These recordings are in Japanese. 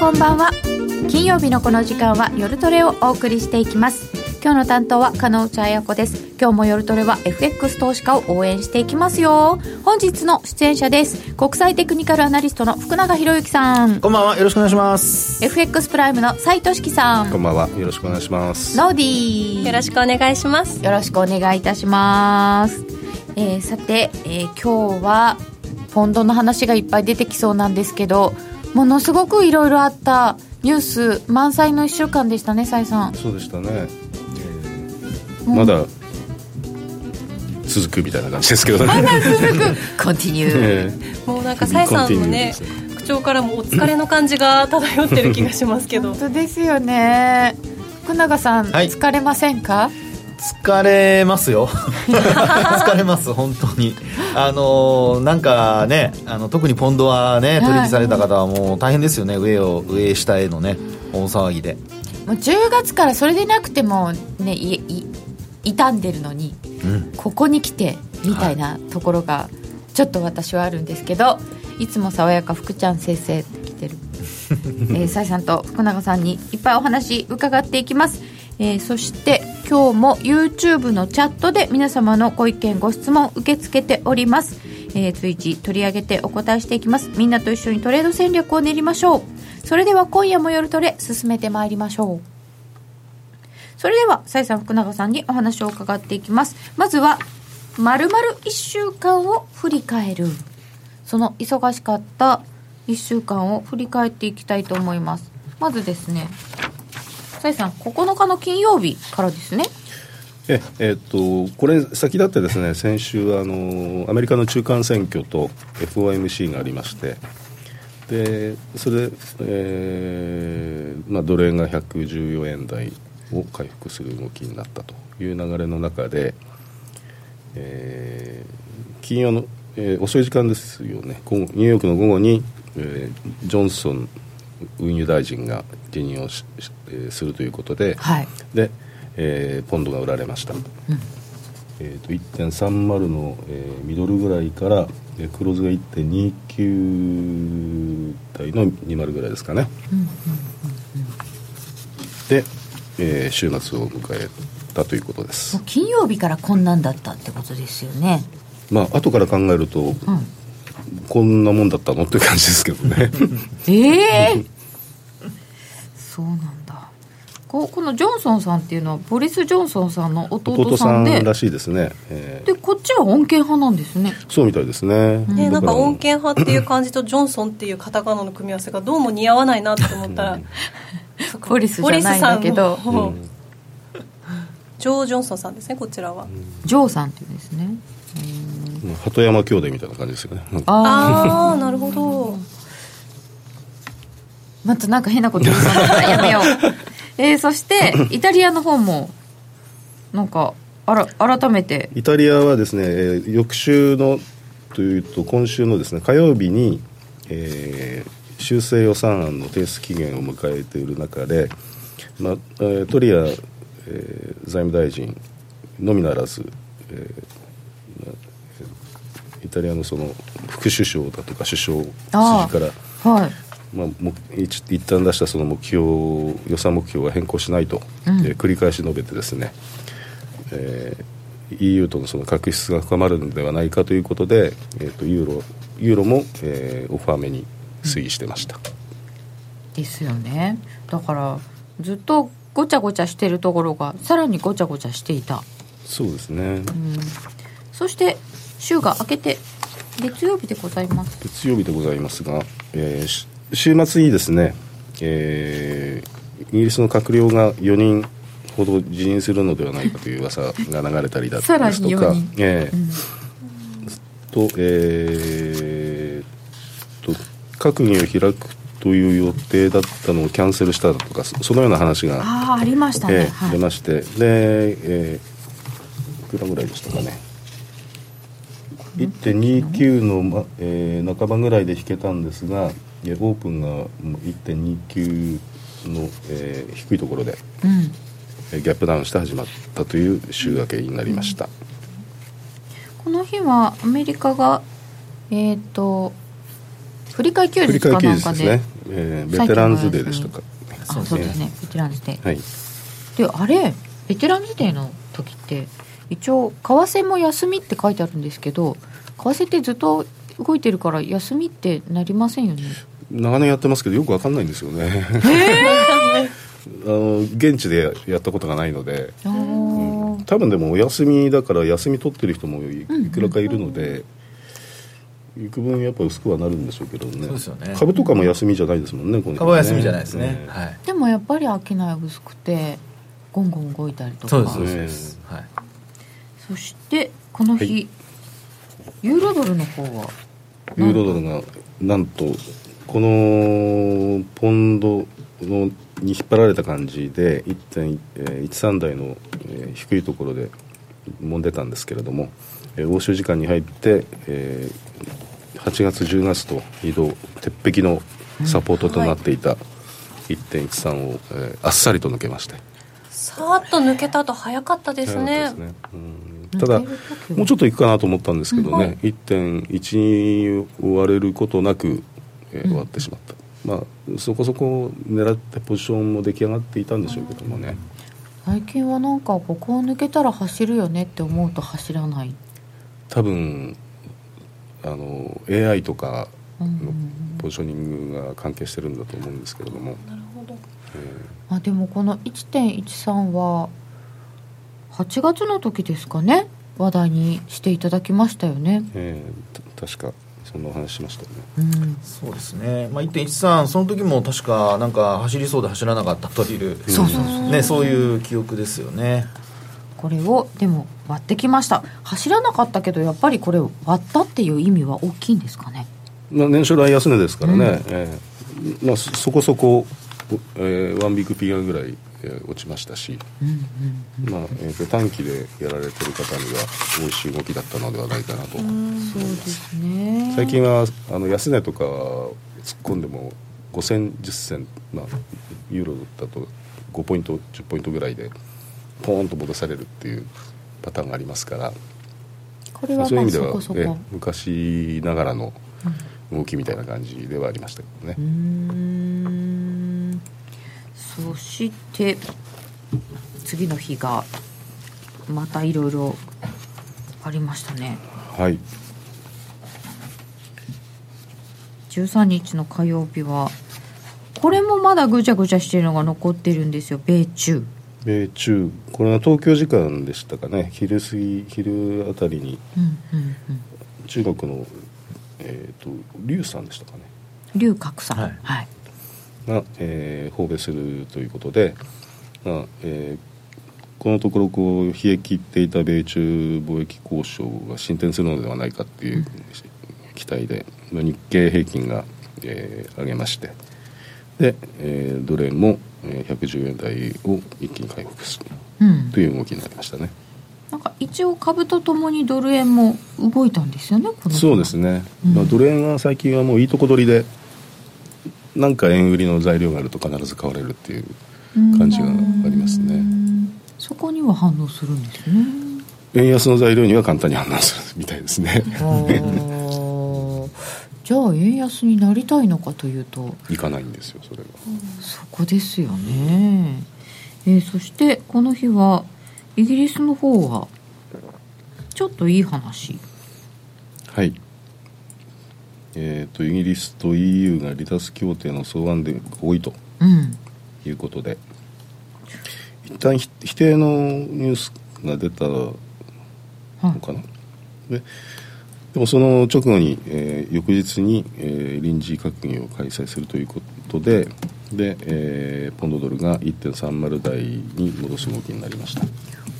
こんばんは金曜日のこの時間は夜トレをお送りしていきます今日の担当は加納内彩子です今日も夜トレは FX 投資家を応援していきますよ本日の出演者です国際テクニカルアナリストの福永博之さんこんばんはよろしくお願いします FX プライムの斉藤樹さんこんばんはよろしくお願いしますノーディーよろしくお願いしますよろしくお願いいたします、えーさて、えー今日はポンドの話がいっぱい出てきそうなんですけどものすごくいろいろあったニュース満載の1週間でしたね崔さんそうでしたね、えーまだ続くみたいな感じですけどね、コンティニュー、えもうなんかさえさんのねコンティニ口調からもお疲れの感じが漂ってる気がしますけど本当ですよね福永さん、はい疲れませんか疲れますよ 疲れます本当にあのーなんかねあの特にポンドはね取引された方はもう大変ですよね、上を上下へのね大騒ぎでもう10月からそれでなくてもねいい傷んでるのにうんここに来てみたいなところがちょっと私はあるんですけどいつも爽やか福ちゃん先生来てるえー、サイさんと福永さんにいっぱいお話伺っていきます、えーそして今日も YouTube のチャットで皆様のご意見ご質問受け付けております、えー随時取り上げてお答えしていきますみんなと一緒にトレード戦略を練りましょうそれでは今夜も夜トレ進めてまいりましょうそれでは、さいさん、福永さんにお話を伺っていきます。まずは、まるまる1週間を振り返る。その忙しかった1週間を振り返っていきたいと思います。まずですね、さいさん、9日の金曜日からですね。ューええーっとこれ先立ってですね先週あのアメリカの中間選挙と FOMC がありましてでそれで、えーまあ、ドル円が114円台を回復する動きになったという流れの中で、えー金曜の、えー遅い時間ですよね午後ニューヨークの午後に、えージョンソン運輸大臣が辞任をししえーするということで、はいで、えーポンドが売られました、えー、と1.30の、えーミドルぐらいから、えークローズが1.29台の20ぐらいですかね、で、えー週末を迎えたということですもう金曜日からこんなんだったってことですよね。まあ後から考えると、こんなもんだったのっていう感じですけどねええ そうなんだ。ここのジョンソンさんっていうのは、ボリス・ジョンソンさんの弟弟ささんで、んらしいですね、えーでこっちは穏健派なんですねそうみたいですね、 ね、だなんらか穏健派っていう感じとジョンソンっていうカタカナの組み合わせがどうも似合わないなと思った らポリスじゃないんだけどポリスさんのうんジョー・ジョンソンさんですねこちらは、ジョーさんっていうんですねまあ鳩山兄弟みたいな感じですよねなんかああああなるほどまたなんか変なこと言いそうだからやめよう えー、そしてイタリアの方もなんかあら改めてイタリアはですね、えー翌週のというと今週のですね火曜日に、えー修正予算案の提出期限を迎えている中で、まあえートリア、えー財務大臣のみならず、えーまあイタリアのその副首相だとか首相筋あーからはいまあ、もう一一旦出したその目標予算目標は変更しないと、えー繰り返し述べてですね、えー EU とのその確執が深まるのではないかということで、えー、とユーロユーロも、えーオファー目に推移してました、ですよねだからずっとごちゃごちゃしてるところがさらにごちゃごちゃしていたそうですね、そして週が明けて月曜日でございます月曜日でございますが、えーし週末にですね、えーイギリスの閣僚が4人ほど辞任するのではないかという噂が流れたりだですさとらかに4人えーとえーと閣議を開くという予定だったのをキャンセルしただとかそそのような話がああありましたね、ええはい出ましてで、えーいくらぐらいでしたかね1.29の、まえー半ばぐらいで引けたんですがえーオープンがもう1.29の、えー低いところでうんえーギャップダウンして始まったという週明けになりました、この日はアメリカがえっ、と振り替え休振り日返かりな休ん日かですでねえーベテランズデーでしたか、あそうですねベテランズデー、はい、であれベテランズデーの時って一応為替も休みって書いてあるんですけど為替ってずっと動いてるから休みってなりませんよね長年やってますけどよくわかんないんですよね、 あの現地でやったことがないのであー多分でもお休みだから休み取ってる人もいいくらかいるので、幾分やっぱ薄くはなるんでしょうけどねそうですよね株とかも休みじゃないですもんねこの人ね株は休みじゃないですね、うんはいでもやっぱり商い薄くてゴンゴン動いたりとかそうですそうねです、はい、そしてこの日、はいユーロドルの方はユーロドルがなんとこのポンドのに引っ張られた感じで1.13、えー13台の、えー低いところで揉んでたんですけれども、えー欧州時間に入って、えー8月10月と移動鉄壁のサポートとなっていた1.13を、えーあっさりと抜けまして。さーっと抜けた後早かったですねそうですねうんただ、抜ける時はもうちょっといくかなと思ったんですけどうんはね、1.1を割れることなく、えー終わってしまった、まあ、そこそこ狙ってポジションも出来上がっていたんでしょうけどもね、最近はなんかここを抜けたら走るよねって思うと走らない、多分あの AI とかうんうんうのんポジショニングが関係してるんだと思うんですけれども、なるほどあでもこの1.13は8月の時ですかね話題にしていただきましたよね。えーた確かそんなお話しましたよねうん、そうですね、まあ、1.13その時も確かなんか走りそうで走らなかったというそうそうそうね、そういう記憶ですよねこれをでも割ってきました走らなかったけどやっぱりこれ割ったっていう意味は大きいんですかねまあ、年初来安値ですからね、うんええまあ、そそこそこ、えーワンビッグピアぐらい、えー落ちましたし、まあえーと短期でやられてる方には美味しい動きだったのではないかなと、そうですね最近はあの安値とか突っ込んでも5000、10銭、まあ、ユーロだと5ポイント、10ポイントぐらいで、ポーンと戻されるっていうパターンがありますから、これまあはそういまあう意味でそはこそこ、ええ昔ながらの動きみたいな感じではありましたけどね。うーんそして次の日がまたいろいろありましたねはい13日の火曜日はこれもまだぐちゃぐちゃしてるのが残ってるんですよ米中米中これは東京時間でしたかね昼過ぎ昼あたりにうんうんうん中国のえっ、と劉さんでしたかね龍角さんはいはいが、えー訪米するということで、まあえーこのところこう冷え切っていた米中貿易交渉が進展するのではないかっていう期待で、まあ日経平均が、えー上げましてで、えードル円もえー110円台を一気に回復するうんという動きになりましたね。なんか一応株とともにドル円も動いたんですよねこの日はそうですね、うんまあ、ドル円は最近はもういいとこ取りでなんか円売りの材料があると必ず買われるっていう感じがありますねうんそこには反応するんですね円安の材料には簡単に反応するみたいです ねおーじゃあ円安になりたいのかというといかないんですよそれはそこですよね、えーそしてこの日はイギリスの方はちょっといい話はいえーとイギリスと EU が離脱協定の草案で合意とうんいうことで一旦ひ否定のニュースが出たのはいかな、ででもその直後に、えー翌日に、えー臨時閣議を開催するということでで、えーポンドドルが1.30台に戻す動きになりました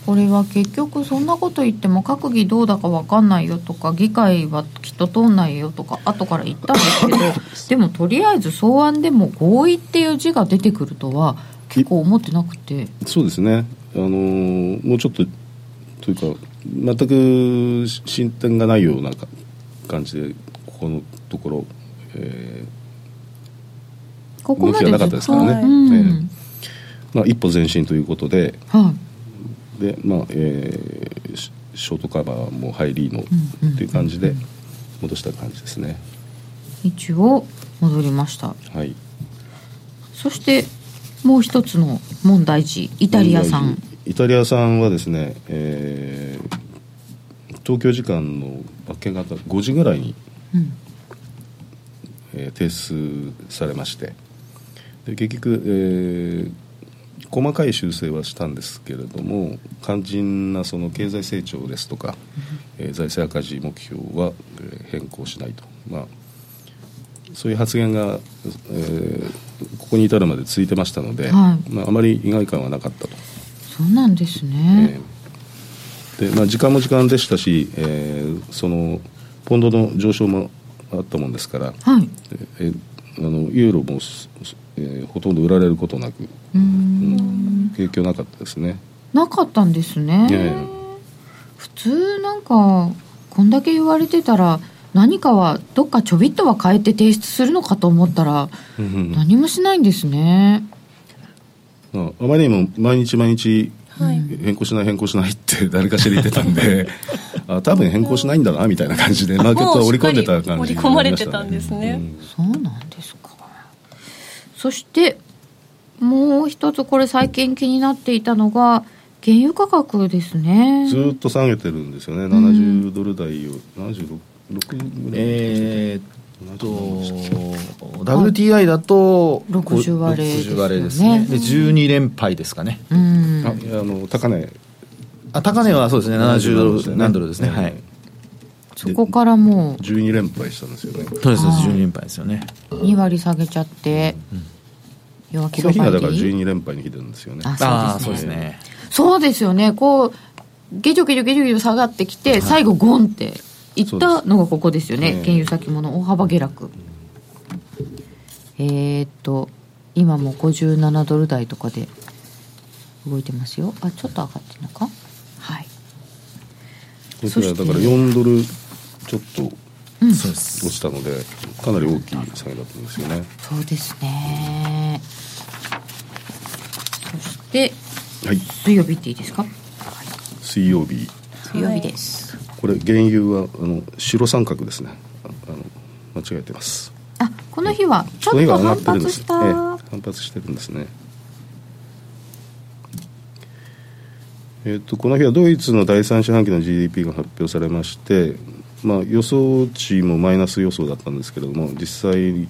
これは結局そんなこと言っても閣議どうだか分かんないよとか議会はきっと通んないよとか後から言ったんです けどでもとりあえず草案でも合意っていう字が出てくるとは結構思ってなくてそうですね、あのーもうちょっとというか全く進展がないようなか感じでここのところ、えここまで動きずがなかっったとですからねうんーまあ、一歩前進ということではいで、まあえーシショートカバーも入りのうんうんという感じで戻した感じですね。一応戻りましたはいそしてもう一つの問題児イタリア産イタリア産はですね、えー東京時間の明け方5時ぐらいに、うんえー提出されましてで結局、えー細かい修正はしたんですけれども肝心なその経済成長ですとか、えー財政赤字目標は、えー変更しないと、まあ、そういう発言が、えーここに至るまで続いてましたのはで、いまあ、あまり意外感はなかったと。そうなんですね、えーでまあ、時間も時間でしたし、えーそのポンドの上昇もあったもんですから、はいえーあのユーロも、すすえーほとんど売られることなく、うーん影響なかったですね。なかったんですね、え普通なんかこんだけ言われてたら何かはどっかちょびっとは変えて提出するのかと思ったらえ何もしないんですね、まあ、あまりにも毎日毎日はい変更しない変更しないって 誰かしら言ってたん であ多分変更しないんだなみたいな感じでマーケットは織り込んでた感じになりましたねもうしっかり織り込まれてたんですねうんそうなんですかそしてもう一つこれ最近気になっていたのが原油価格ですねずーっと下げてるんですよね70ドル台を76 6ぐらいえーっと WTI だと60割れですよね60割れですねで12連敗ですかねうんあいやあの高値あ高値はそうですね70ドル何ドルですねはいそこからもう12連敗したんですよねそうですそうですはい12連敗ですよね2割下げちゃって弱気このの日場が合だから12連敗の日なんですよねあああーそそううでですすねねそうですよねこうゲジョゲジョゲジョゲジョ下がってきて、最後ゴンっていったのがここですよねそうです原油先物大幅下落、えーっと今も57ドル台とかで動いてますよあちょっと上がってるのかはいこそちしらだてから4ドルちょっとそう落ですちたのでかなり大きい下げだったんですよねそうですねそしてはい水曜日っていいですか水曜日水曜日です、これ原油はあの白三角ですねああの間違えてますあこの日はちょこっとの日が反上がってるん発でしすた、ええ反発してるんですねえっとこの日はドイツの第三四半期の GDP が発表されまして、まあ、予想値もマイナス予想だったんですけれども実際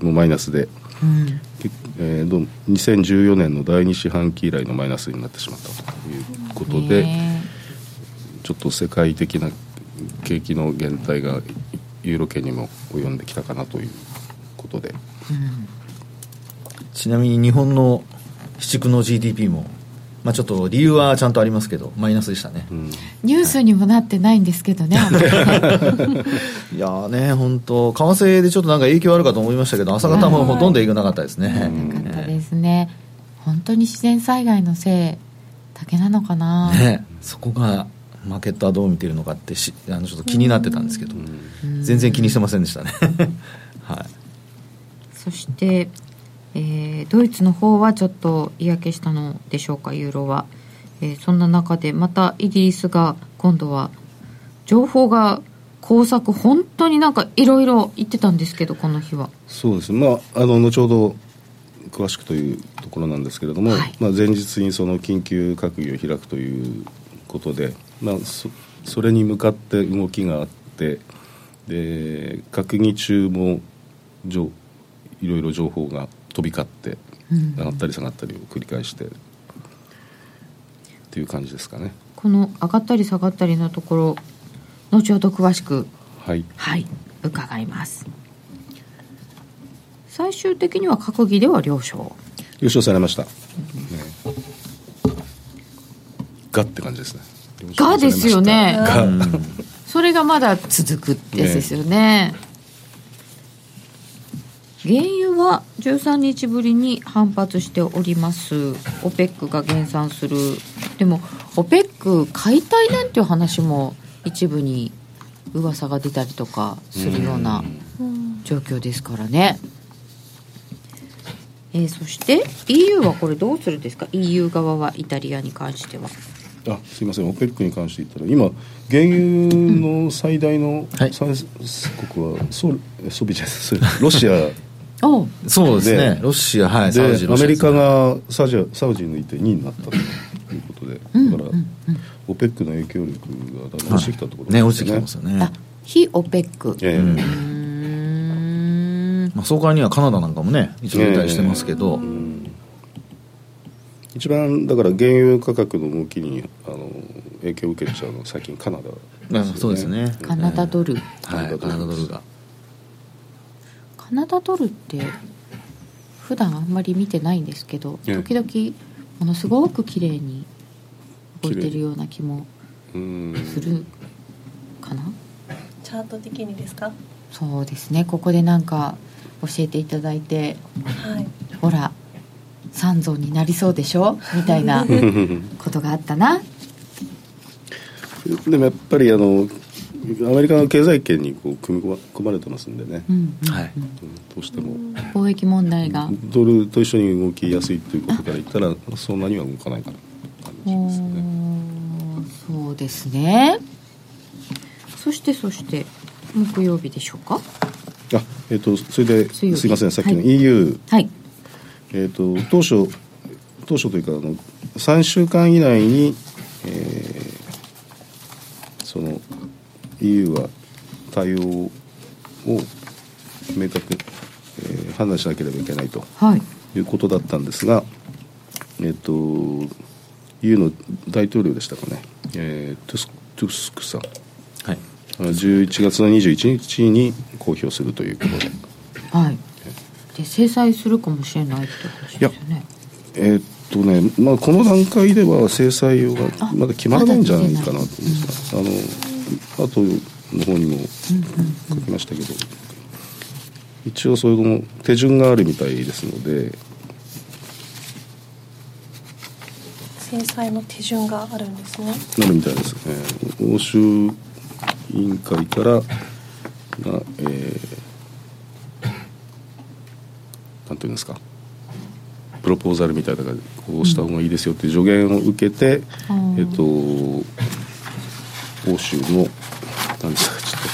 もマイナスで、うんけえーどうも2014年の第二四半期以来のマイナスになってしまったということで、ねちょっと世界的な景気の減退がユーロ圏にも及んできたかなということでちなみに日本の市地区の GDP もまあちょっと理由はちゃんとありますけどマイナスでしたねニュースにもなってないんですけ どね、あんまりいやーね本当為替でちょっとなんか影響あるかと思いましたけど朝方もほとんど影響なかったですねなかったですね本当に自然災害のせいだけなのかな、ね、そこがマーケットはどう見てるのかってしあのちょっと気になってたんですけど、全然気にしてませんでしたね、はそして、えードイツの方はちょっと嫌気したのでしょうかユーロは、えーそんな中でまたイギリスが今度は情報が工作本当になんかいろいろ言ってたんですけどこの日はそうですね、まあ、あの後ほど詳しくというところなんですけれども、はいまあ、前日にその緊急閣議を開くということで、まあ、そそれに向かって動きがあってで閣議中もじょいろいろ情報が飛び交ってうん上がったり下がったりを繰り返してっていう感じですかね。この上がったり下がったりのところ後ほど詳しくはいはい伺います最終的には閣議では了承優勝されました、ねがって感じですねがですよねがい、それがまだ続くってやつですよね原油は13日ぶりに反発しております OPEC が減産するでも OPEC 解体なんていう話も一部に噂が出たりとかするような状況ですからね、えーそして EU はこれどうするんですか EU 側はイタリアに関してはあすいませんオペックに関して言ったら今原油の最大のはい 産出国はソルえソビエトじゃないソルロシアおうそうですねでロシアはいサウジでロアシアメリカですねがサウジサウジ抜いて2位になったということで、だから、オペックの影響力がだんだん落ちてきたってことねなん落でちすてよきてますよねあ非オペックええうーんまあ、総会にはカナダなんかもね一応入隊してますけど、一番だから原油価格の動きにあの影響を受けちゃうのは最近カナダあそうですねカナダドルはいカナダドルがカナダドルって普段あんまり見てないんですけどええ時々ものすごく綺麗に動いてるような気もうんするかなチャート的にですかそうですねここでなんか教えていただいてはいほら三尊になりそうでしょみたい なことがあったなでもやっぱりあのアメリカの経済圏にこう組み込ま組まれてますんでね、うんうんはいうんどうしても貿易問題がドルと一緒に動きやすいということから言ったらそんなには動かないかなって感じですねおーそうですねそしてそして木曜日でしょうかあえっ、とそれ強いですいませんさっきはのい EU、はいえー、と当初当初というかあの3週間以内に、えーその EU は対応を明確に、えー判断しなければいけないとはいいうことだったんですが、えー、と EU の大統領でしたかね、えートゥストゥスクさんはいあの11月の21日に公表するということで。はいで制裁するかもしれないってことですよねえーっとね、まあ、この段階では制裁用があまだ決まらないんじゃないかなと思います、あの後の方にも書きましたけど、一応その手順があるみたいですので制裁の手順があるんですねなるみたいです、ね、欧州委員会からな、えーなんていうんですかプロポーザルみたいな感じでこうした方がいいですよっていう助言を受けて、あーえっと欧州の何でしたか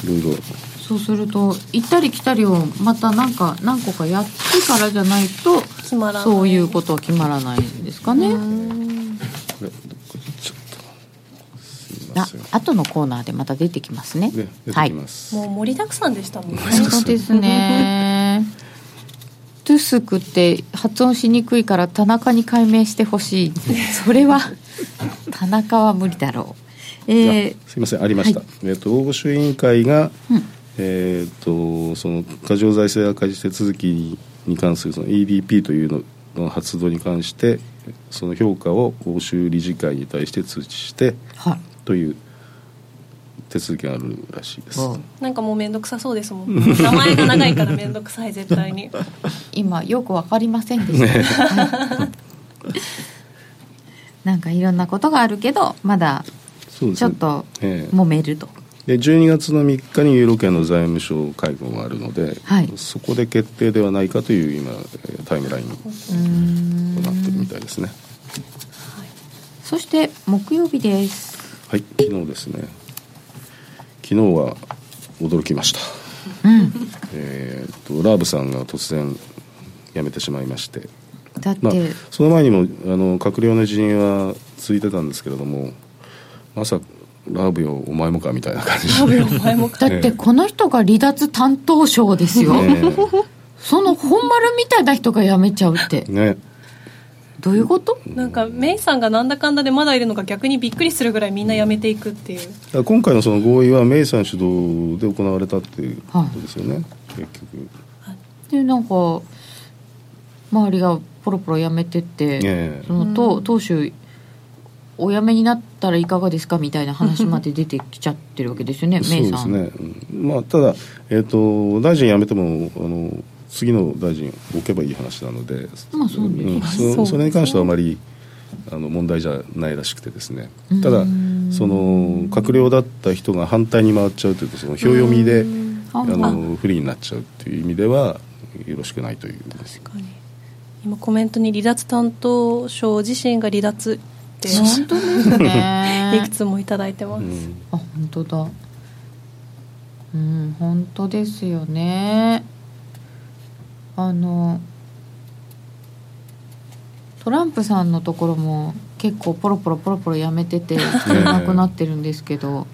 ちょっといろいろそうすると行ったり来たりをまたなんか何個かやってからじゃないと決まらないそういうことは決まらないんですかねこれどっかちょっとすいまあせんね後のコーナーでまた出てきますね出てはいきます、もう盛りだくさんでしたもんね本当ですね。 トゥスクって発音しにくいから田中に改名してほしい。 それは田中は無理だろう。えいやー、すいませんありました、はいえっと欧州委員会が、うんえっとその過剰財政赤字手続きに関するその EDP というのの発動に関してその評価を欧州理事会に対して通知してはい。という手続きがあるらしいです、うんなんかもう面倒くさそうですもん名前が長いから面倒くさい絶対に今よくわかりませんでした。はいなんかいろんなことがあるけどまだそうでちすょねっとええ揉めると。で12月の3日にユーロ圏の財務省会合があるので、はいそこで決定ではないかという今えータイムラインうーんとなってるみたいですねそして木曜日です。はい、昨日ですね。昨日は驚きました。うん。えーっとラーブさんが突然辞めてしまいまして、だって、まあその前にもあの閣僚の辞任は続いてたんですけれども、まさかラーブよお前もかみたいな感じで。多分お前もだってこの人が離脱担当省ですよ。その本丸みたいな人が辞めちゃうってねねどういうことなんかメイさんがなんだかんだでまだいるのが逆にびっくりするぐらいみんな辞めていくっていうだから今回のその合意はメイさん主導で行われたっていうことですよね。結局。でなんか周りがポロポロ辞めてって、ええその当当主お辞めになったらいかがですかみたいな話まで出てきちゃってるわけですよねメイさそんうですね、うんまあ、ただ、えー、と大臣辞めてもあの次の大臣置けばいい話なので、まあそうですねんそそうそれに関してはあまりあの問題じゃないらしくてですねただその閣僚だった人が反対に回っちゃうというとその票読みであの不利になっちゃうという意味ではよろしくないという確かに今コメントに離脱担当省自身が離脱って本当ですねい くつもいただいてます、あ本当だうん本当ですよねあのトランプさんのところも結構ポロポロポロポロやめててなくなってるんですけど、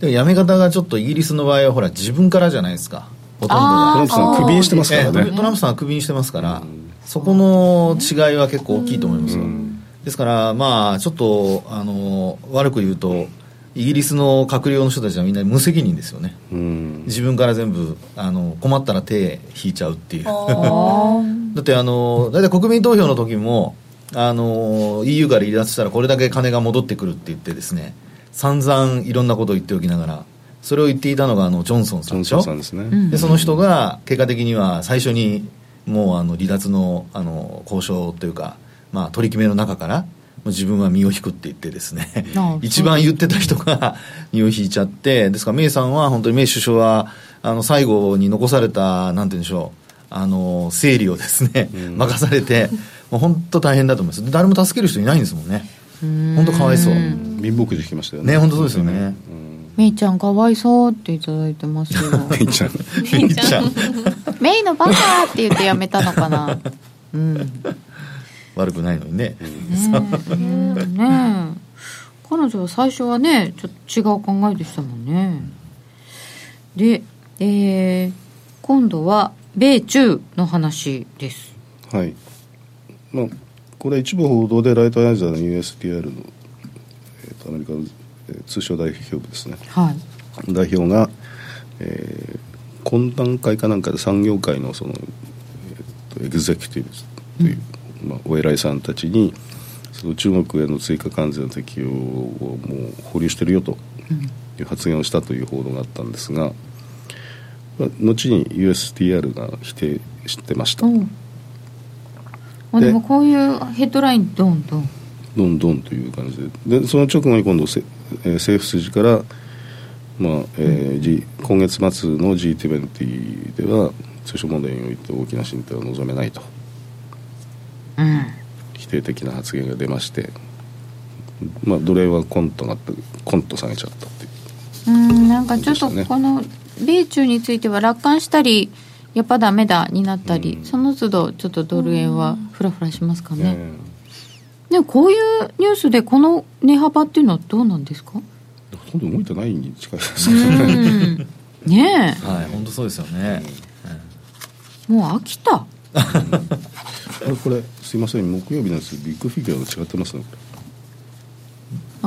でもやめ方がちょっとイギリスの場合はほら自分からじゃないですかほとんどあトランがプさんクビにしてますかえらえねトランプさんはクビにしてますから、そこの違いは結構大きいと思いますよ、ですから、まあ、ちょっとあの悪く言うと、イギリスの閣僚の人たちはみんな無責任ですよね、うん自分から全部あの困ったら手引いちゃうっていう、だ あってあの、大体国民投票の時もあの EU から離脱したら、これだけ金が戻ってくるって言って、ですね散々いろんなことを言っておきながら、それを言っていたのがあのジョンソンジさョんンでしソンょ。さんですね、うんでその人が結果的には最初にもうあの離脱のあの交渉というか、まあ、取り決めの中からもう自分は身を引くって言ってですね ああ一番言ってた人が身を引いちゃってですからメイさんは本当にメイ首相はあの最後に残されたなんて言うんでしょうあの整理をですね、ん任されてもう本当大変だと思いますで誰も助ける人いないんですもんねうん本当かわいそう貧乏くじ引きましたよねね本当そうですよ ねめいちゃんかわいそうっていただいてますよ メ イちゃんメイちゃんメイのバカーって言ってやめたのかなうんね悪くないのにね、えねえ彼女は最初はねちょっと違う考えでしたもんねでえー今度は米中の話ですはい、まあ、これは一部報道でライトアナザーの USTR の、えーとアメリカの、えー通商代表部ですねはい代表が、えー懇談会かなんかで産業界のその、えーとエグゼクティブという、まあ、お偉いさんたちにその中国への追加関税の適用をもう保留してるよという発言をしたという報道があったんですが、まあ後に USTR が否定してました。うんあででもこういうヘッドラインどんどんどんどんという感じででその直後に今度せ、えー政府筋から、まあえー G 今月末の G20 では通商問題において大きな進展は望めないとうん否定的な発言が出まして、まあ、奴隷はコントがあってコント下げちゃったっていううんなんかちょっとそうでしたこねの米中については楽観したりやっぱダメだになったり、その都度ちょっとドル円はフラフラしますかね、えでもこういうニュースでこの値幅っていうのはどうなんですかえほとんど動いてないに近いですうけどねん ねはい本当そうですよね、えもう飽きたあれこれすいません木曜日のやつビッグフィギュアが違ってますねこれ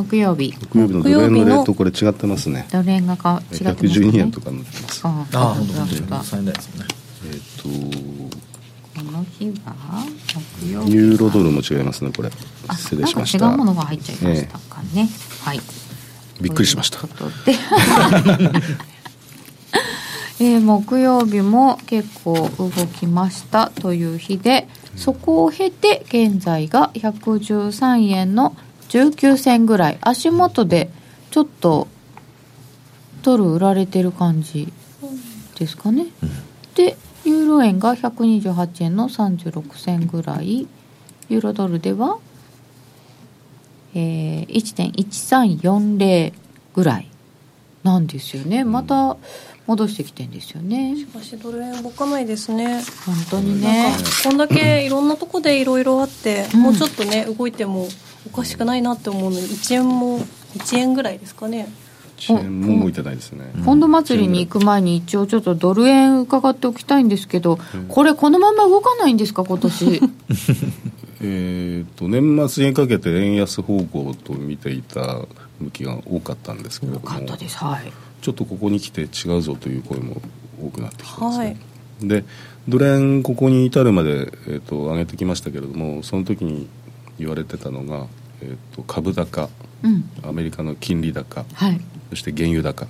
木曜日木曜日の奴隷木曜日ののレートこれ違ってますねドル円がか違ってますね112円とかになってますああああそ本う当だ本当そうだ最大ですもんねえっ、とこの日は木曜日ユーロドルも違いますねこれあ失礼しましたなんか違うものが入っちゃいましたかね、はいびっくりしましたということで えー木曜日も結構動きましたという日でそこを経て現在が113円の19銭ぐらい足元でちょっとドル売られてる感じですかね、でユーロ円が128円の36銭ぐらいユーロドルではえー、1.1340ぐらいなんですよねまた戻してきてんですよね私ドル円動かないですね本当にねなんかこんだけいろんなとこでいろいろあって、うんもうちょっとね動いてもおかしくないなって思うのに1円も1円ぐらいですかね遅延も動いてないですねポンド祭りに行く前に一応ちょっとドル円伺っておきたいんですけどこれこのまま動かないんですか今年えー、と年末にかけて円安方向と見ていた向きが多かったんですけれどよもかったですはいちょっとここに来て違うぞという声も多くなってきてますね、はいでドル円ここに至るまで、えー、と上げてきましたけれどもその時に言われてたのが、えー、と株高うんアメリカの金利高はいそして原油高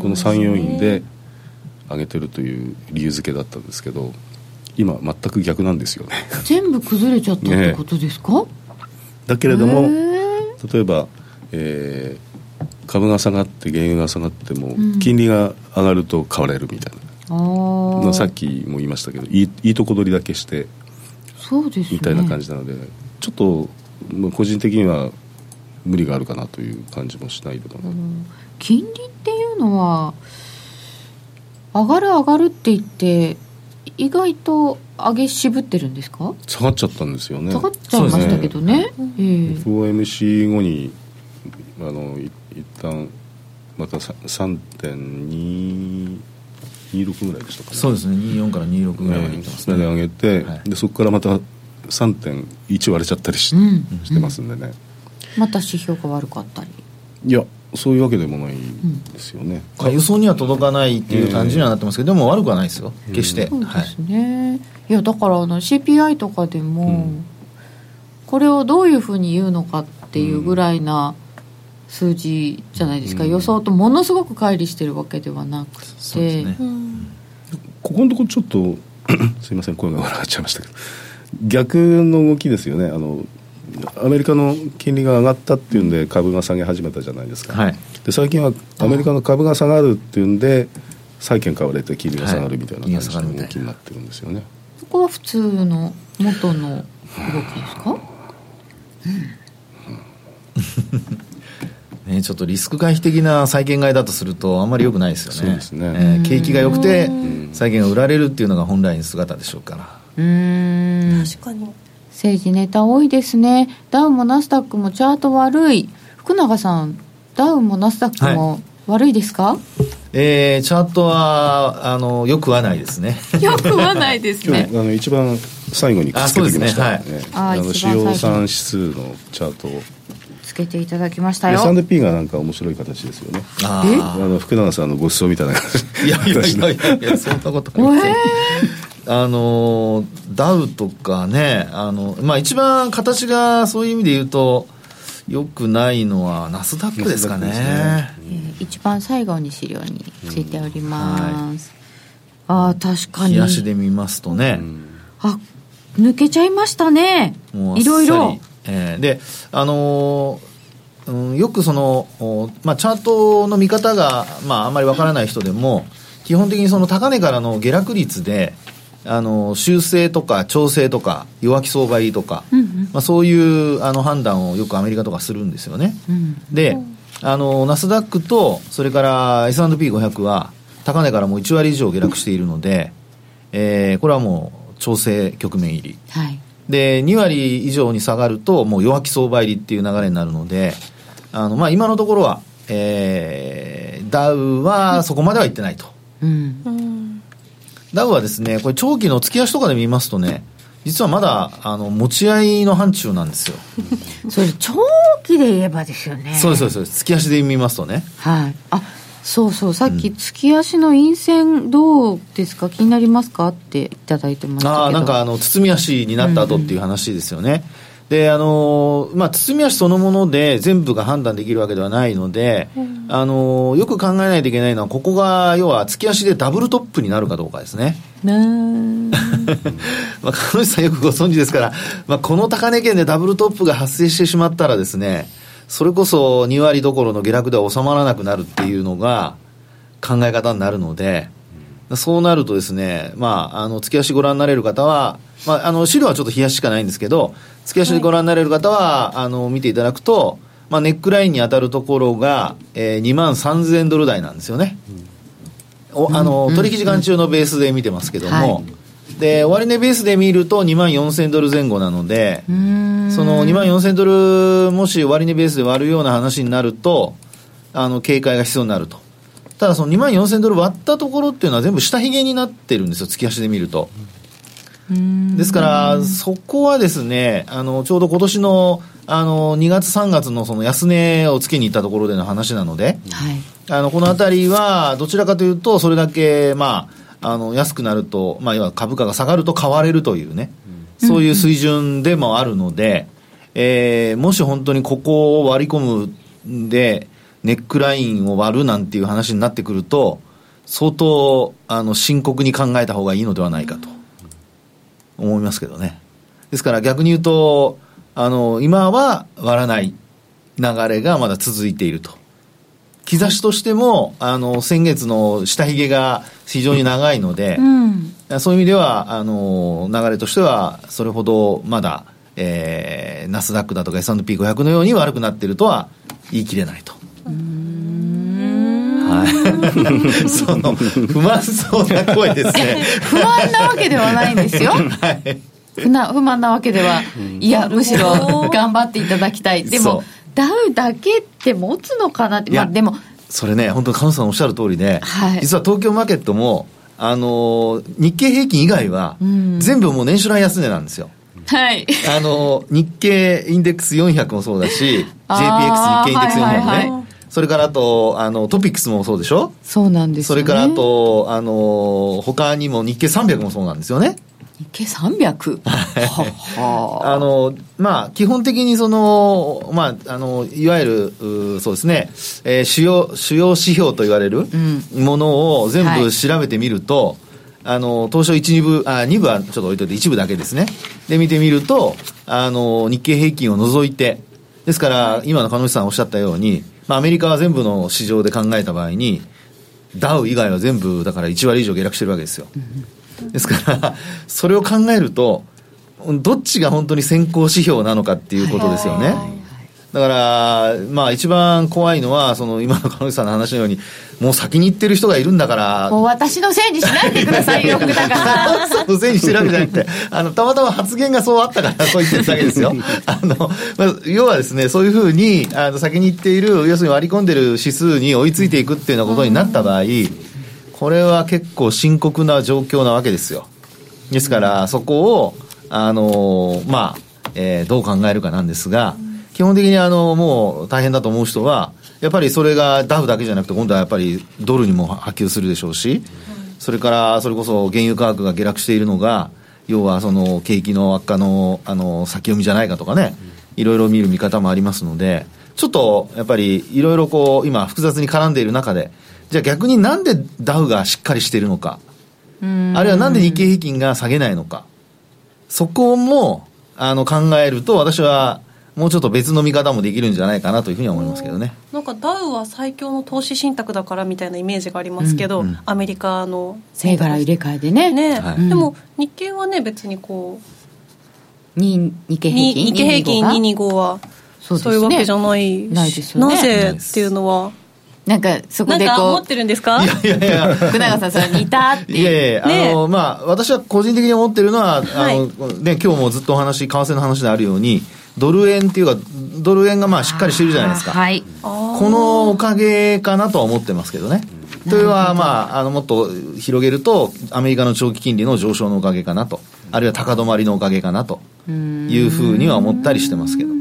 この3要因で上げてるという理由付けだったんですけど今全く逆なんですよね全部崩れちゃったってことですか、 だけれどへもー例えば、えー株が下がって原油が下がってもん金利が上がると買われるみたいあな、ーさっきも言いましたけどいいいいとこ取りだけしてそうですねみたいな感じなので、ちょっと、まあ、個人的には無理があるかなという感じもしないでもない、金利っていうのは上がる上がるって言って意外と上げ渋ってるんですか下がっちゃったんですよね下がっちゃいましたけどねええ FOMC 後にあのい一旦またさ3.226ぐらいでしたかねそうですね24から26ぐらいまでいってますね、で上げて、はいでそこからまた3.1割れちゃったりし,、うんしてますんでね、また指標が悪かったり、いやそういうわけでもないんですよね、まあ予想には届かないっていう感じにはなってますけど、でも悪くはないですよ決して、そうではいすね、い、やだからあの CPI とかでも、うんこれをどういうふうに言うのかっていうぐらいな数字じゃないですか、うん予想とものすごく乖離してるわけではなくてそうですねうんここのところちょっと すいません声が笑っちゃいましたけど逆の動きですよねあのアメリカの金利が上がったっていうんで株が下げ始めたじゃないですか、はいで最近はアメリカの株が下がるっていうんで債券買われて金利が下がるみたいな感じの動きになってるんですよね、そこは普通の元の動きですかね、ちょっとリスク回避的な債券買いだとするとあんまり良くないですよねそうですねえー景気が良くてん債券が売られるっていうのが本来の姿でしょうから うーん確かに政治ネタ多いですねダウもナスダックもチャート悪い福永さんダウもナスダックも悪いですか、えー、チャートはあのよくはないですね よくはないです今 ね日あの一番最後にくっつけてきましたあそうですねはいああの一主番最後要産指数のチャートをつけていただきましたよ S&P がなんか面白い形ですよねああの福永さんのご馳走みたいな感あいじやいやいやいやいやそんなことありません、あのダウとかねあの、まあ、一番形がそういう意味で言うとよくないのはナスダックですかねナスダッえー一番最後に資料についております、ああ確か冷にやしで見ますとね、あ抜けちゃいましたねもうあっさりいろいろ、えーであのーうん、よくその、おまあ、チャートの見方が、まあ、あんまりわからない人でも基本的にその高値からの下落率であの修正とか調整とか弱気相場入りとか、うんうんまあ、そういうあの判断をよくアメリカとかするんですよね。うん、で、あの、ナスダックと、それから S&P500 は、高値からもう1割以上下落しているので、えーこれはもう調整局面入り。はいで、2割以上に下がると、もう弱気相場入りっていう流れになるので、あの、まあ、今のところは、えーダウはそこまではいってないと。うんうんダウはですね、これ長期の月足とかで見ますとね、実はまだ、あの、持ち合いの範疇なんですよ。それ長期で言えばですよねそうです、そうですそうです。月足で見ますとね。はいあそうそうさっき月足の陰線どうですか気になりますかっていただいてましたけどああなんかあの包み足になった後っていう話ですよね、であのーまあ、包み足そのもので全部が判断できるわけではないので、あのーよく考えないといけないのはここが要は月足でダブルトップになるかどうかですね、うーん まあ、彼女さんよくご存知ですから、まあ、この高値圏でダブルトップが発生してしまったらですねそれこそ2割どころの下落では収まらなくなるっていうのが考え方になるのでそうなるとですね、まあ、あの月足ご覧になれる方は、まあ、あの資料はちょっと冷やししかないんですけど月足でご覧になれる方は、あの見ていただくと、まあ、ネックラインに当たるところが、え2万3000ドル台なんですよね。おあの取引時間中のベースで見てますけども、はで終値ベースで見ると2万4000ドル前後なのでう、ーんその2万4000ドルもし終値ベースで割るような話になるとあの警戒が必要になるとただその2万4000ドル割ったところっていうのは全部下髭になってるんですよ月足で見ると、うーんですから、そこはですね、あの、ちょうど今年の、あの、2月3月のその安値をつけに行ったところでの話なので、はいあのこの辺りは、どちらかというと、それだけ、まあ、あの安くなると、まあ、要は株価が下がると買われるというね、そういう水準でもあるので、えーもし本当にここを割り込むんで、ネックラインを割るなんていう話になってくると、相当あの深刻に考えた方がいいのではないかと思いますけどね。ですから逆に言うと、あの今は割らない流れがまだ続いていると。兆しとしても、あの、先月の下髭が非常に長いのでう、んそういう意味では、あの、流れとしては、それほどまだ、えー、ナスダックだとか S&P500 のように悪くなっているとは言い切れないと。うはい、 その不満そうな声ですね。不満なわけではないんです よ。不な不満なわけでは、いやむしろ頑張っていただきたいでそうもダウだけって持つのかなっていまあやでもそれね、本当に菅野さんおっしゃる通りで、はい実は東京マーケットも、あのー日経平均以外は、うん全部もう年初来安値なんですよ。はいあの ー日経インデックス400もそうだし、JPX あー日経インデックス400ね、はいはいはいそれからあと、あの、トピックスもそうでしょそうなんですそよ、ね、れからあと、あのー他にも日経300もそうなんですよね。日経300ははあのまあ、基本的にその、まあ、あのいわゆるうーそうですね、えー主要主要指標と言われるんものを全は部い調べてみると、あの東証一二部あ2部はちょっと置いといて一部だけですねで見てみるとあの日経平均を除いてですから今の鹿野内さんおっしゃったように、まあ、アメリカは全部の市場で考えた場合にダウ以外は全部だから1割以上下落してるわけですよ。ですから、それを考えると、どっちが本当に先行指標なのかっていうことですよね。だから、まあ一番怖いのは、その今の彼女さんの話のように、もう先に行ってる人がいるんだから、もう私のせいにしないでくださいよ福田 が そうのせいにしてるわけじゃなくて、あの、たまたま発言がそうあったから、そう言ってるだけですよ。あの、まあ、要はですね、そういうふうに、あの、先に行っている、要するに割り込んでる指数に追いついていくっていうようなことになった場合、これは結構深刻な状況なわけですよ。ですから、そこを、あの、まあ、えーどう考えるかなんですが、基本的にあの、もう大変だと思う人は、やっぱりそれがダフだけじゃなくて、今度はやっぱりドルにも波及するでしょうし、それからそれこそ原油価格が下落しているのが、要はその景気の悪化のあの先読みじゃないかとかね、いろいろ見る見方もありますので、ちょっとやっぱりいろいろこう、今、複雑に絡んでいる中で、じゃあ逆になんでダウがしっかりしているのか、あるいはなんで日経平均が下げないのか、そこもあの考えると、私はもうちょっと別の見方もできるんじゃないかなというふうには思いますけどね。なんかダウは最強の投資信託だからみたいなイメージがありますけど、うんうんアメリカの銘柄入れ替えでねね、はいでも日経はね別にこに日う経に平均日経平均225が225はそうですそうねいうわけじゃないしないですよねなぜっていうのはなんかそこなんでか思こってるんですかいやいやいやう福永さんそれ似たっていやいや、ねえあの、まあ、私は個人的に思ってるのは、はいあの、ね、今日もずっとお話、為替の話であるように、ドル円っていうか、ドル円がまあしっかりしてるじゃないですか。あーはいあーこのおかげかなとは思ってますけどね。というのは、まあ、あの、もっと広げると、アメリカの長期金利の上昇のおかげかなと、あるいは高止まりのおかげかなというふうには思ったりしてますけど。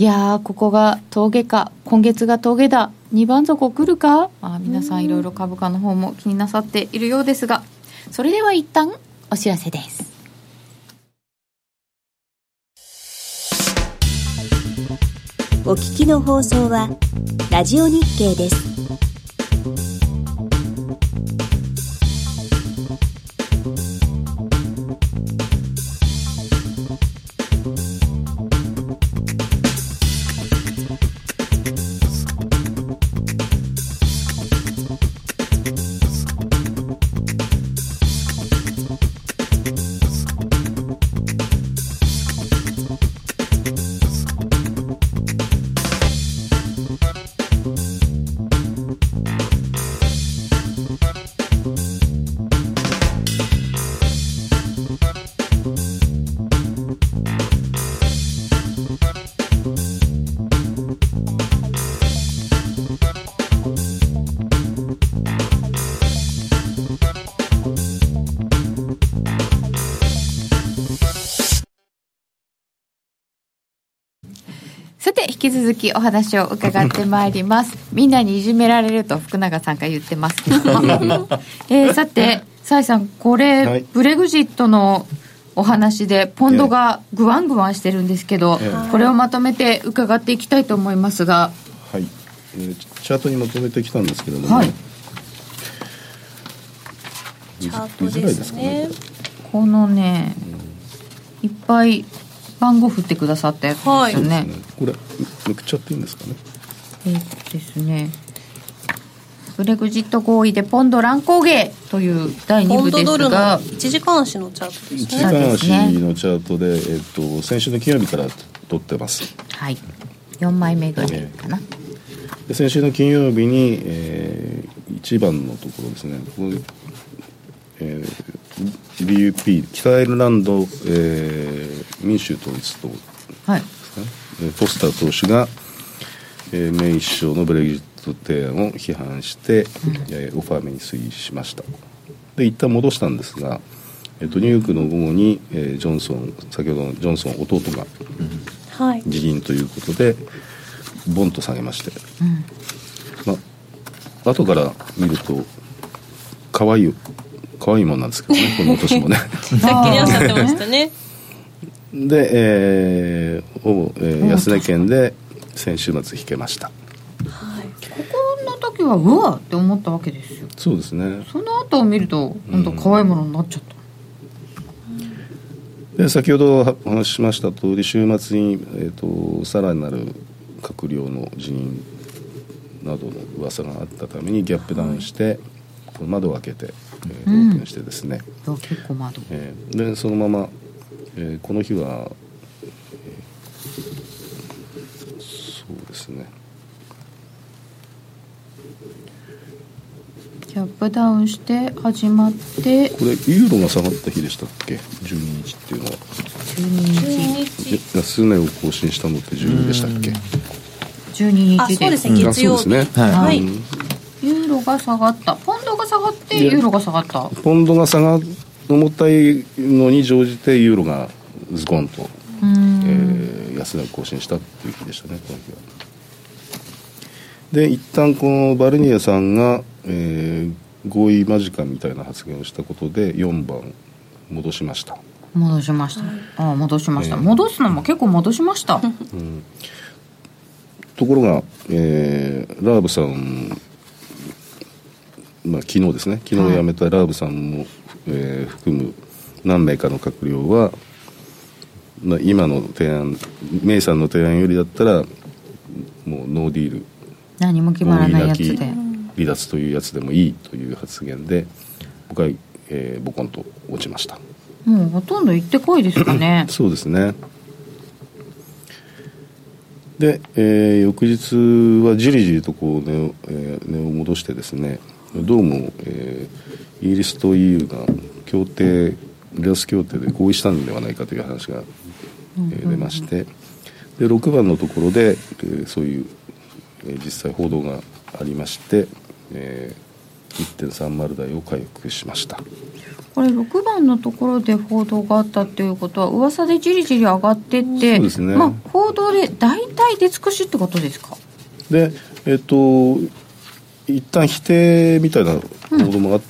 いやーここが峠か今月が峠だ二番底来るかあー皆さんいろいろ株価の方も気になさっているようですがそれでは一旦お知らせですお聞きの放送はラジオ日経です。さて引き続きお話を伺ってまいりますみんなにいじめられると福永さんが言ってますけども、えーさて崔さんこれ、はいブレグジットのお話でポンドがぐわんぐわんしてるんですけど、えこれをまとめて伺っていきたいと思いますがはい、 えーチチャートにまとめてきたんですけれども、はいチャート見づらでいですすかねねこのねいっぱい番号振ってくださったやつですよね、これめくっちゃっていいんですかねえーっとですねブレグジット合意でポンド乱高下という第2ポ部ンドでドすルのが一時間足のチャートで一す時ね間そ足うですのチャートで、えっと先週の金曜日から撮ってますはい4枚目ぐらいかなで先週の金曜日に、えー、1番のところですね、ここえー、BUP、北アイルランド、えー民衆統一党はいえーフォスター党首が、えーメイ首相のブレグジット提案を批判して、えーオファーメに推移しましたで一旦戻したんですが、えーとニューヨークの午後に、えージョンソン先ほどのジョンソン弟がはい辞任ということでボンと下げまして、まあ後から見ると可愛い可愛いもんなんですけど ねこの年もねさっきにおっしゃってましたねで、えーほぼ、えー安値県で先週末引けましたここの時はうわって思ったわけですよそうですねその後を見ると本当可愛いものになっちゃった、で先ほどお話ししました通り週末に、えー、とさらなる閣僚の辞任などの噂があったためにギャップダウンして、この窓を開けて、えーうんオープンしてですね、いや結構窓えーでそのまま、えーこの日は、えーそうですねキャップダウンして始まってこれユーロが下がった日でしたっけ12日っていうのは12日安値を更新したのって12でしたっけ12日あでそうですねあ月曜日そうですねはいはいうんユーロが下がったポンドが下がっていやユーロが下がったポンドが下が重たいのに乗じてユーロがズコンと、うーえん、ー安値を更新したっていう日でしたねこの日はで一旦このバルニエさんが、えー合意間近みたいな発言をしたことで4番戻しました戻しましたああ戻しました、ええ戻すのも結構戻しましたところが、えーラーブさん、まあ、昨日ですね昨日辞めたラーブさんも、えー含む何名かの閣僚は、まあ、今の提案メイさんの提案よりだったらもうノーディール 何も決まらないやつで離脱というやつでもいいという発言で僕は、えーボコンと落ちましたもうほとんど行ってこいですかねそうですねで、えー翌日はじりじりとこう値を,、えー値を戻してですねどうも、えーイギリスと EU が協定レアス協定で合意したのではないかという話が、えー出ましてで6番のところで、えーそういう、えー実際報道がありまして、えー1.30台を回復しました。これ6番のところで報道があったっていうことは噂でじりじり上がってって、そうですねまあ報道で大体出尽くしってことですかでえっと一旦否定みたいな報道もあっ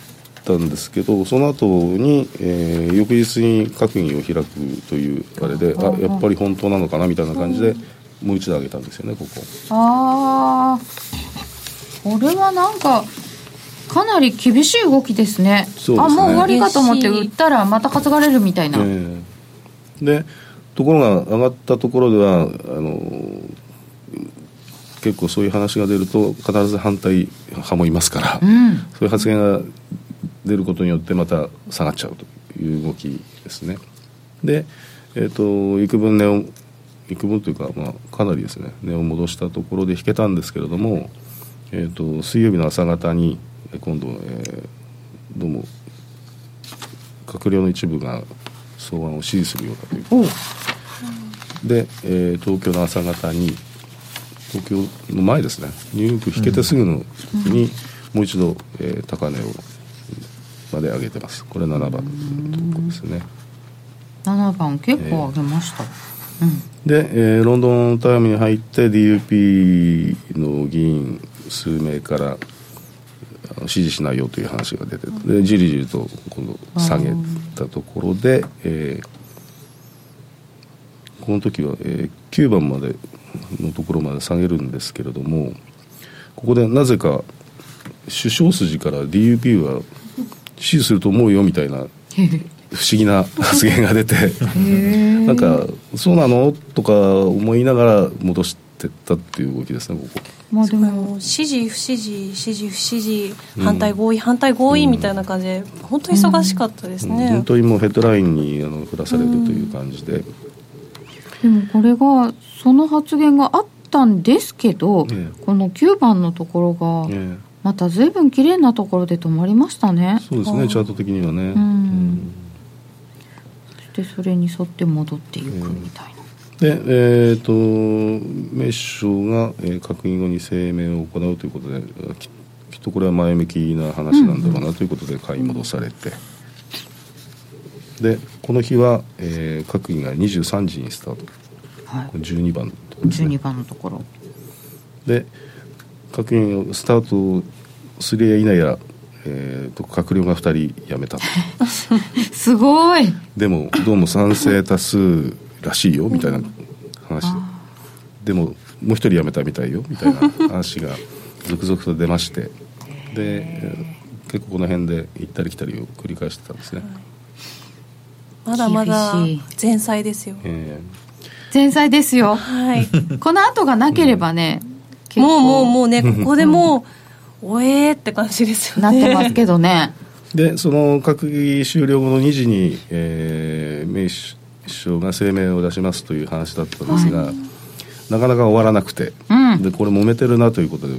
たんですけど、その後に、えー翌日に閣議を開くというあれであやっぱり本当なのかなみたいな感じで、もう一度上げたんですよねここああこれはなんかかなり厳しい動きですねそうですねあもう終わりかと思って売ったらまた担がれるみたいな、ええでところが上がったところではあの結構そういう話が出ると必ず反対派もいますから、うんそういう発言が出ることによってまた下がっちゃうという動きですねで、えっと幾分値を幾分というか、まあ、かなりですね値を戻したところで引けたんですけれども、えっと水曜日の朝方にえ今度、えーどうも閣僚の一部が草案を支持するようだというおうで、えー東京の朝方に東京の前ですねニューヨーク引けてすぐの時に、もう一度、えー高値をまで上げてますこれ7番のとこですね7番結構上げました、で、えーロンドンタイムに入って DUP の議員数名からあの支持しないよという話が出てでじりじりと今度下げたところで、えーこの時は、えー9番までのところまで下げるんですけれどもここでなぜか首相筋から DUP は支持すると思うよみたいな不思議な発言が出てなんか「そうなの?」とか思いながら戻してったっていう動きですねここうん、まあででももう支持不支持支持不支持反対合意、反対合意みたいな感じで本当に忙しかったですね、本当にもうヘッドラインにあの振らされるという感じで、でもこれがその発言があったたんですけど、ええこの9番のところが、えまた随分綺麗なところで止まりましたねえそうですねチャート的にはね、うんそしてそれに沿って戻っていくみたいな、でえー、とメッシュが、えー閣議後に声明を行うということでききっとこれは前向きな話なんだろうなということで買い戻されて、でこの日は、えー閣議が23時にスタートはいこれ12番のとこですね12番のところ で閣議をスタートすりゃいないや、えーと閣僚が2人辞めたとすごいでもどうも賛成多数らしいよみたいな話でももう一人辞めたみたいよみたいな話が続々と出ましてで、えー結構この辺で行ったり来たりを繰り返してたんですね、まだまだ厳しい前菜ですよえ前菜ですよ はいこの後がなければね、結構もうもうもうねここでもう おえーって感じですよなっねてますけど ねーでその閣議終了後の2時に、えーメイ首相が声明を出しますという話だったんですが、なかなか終わらなくて、うんでこれ揉めてるなということで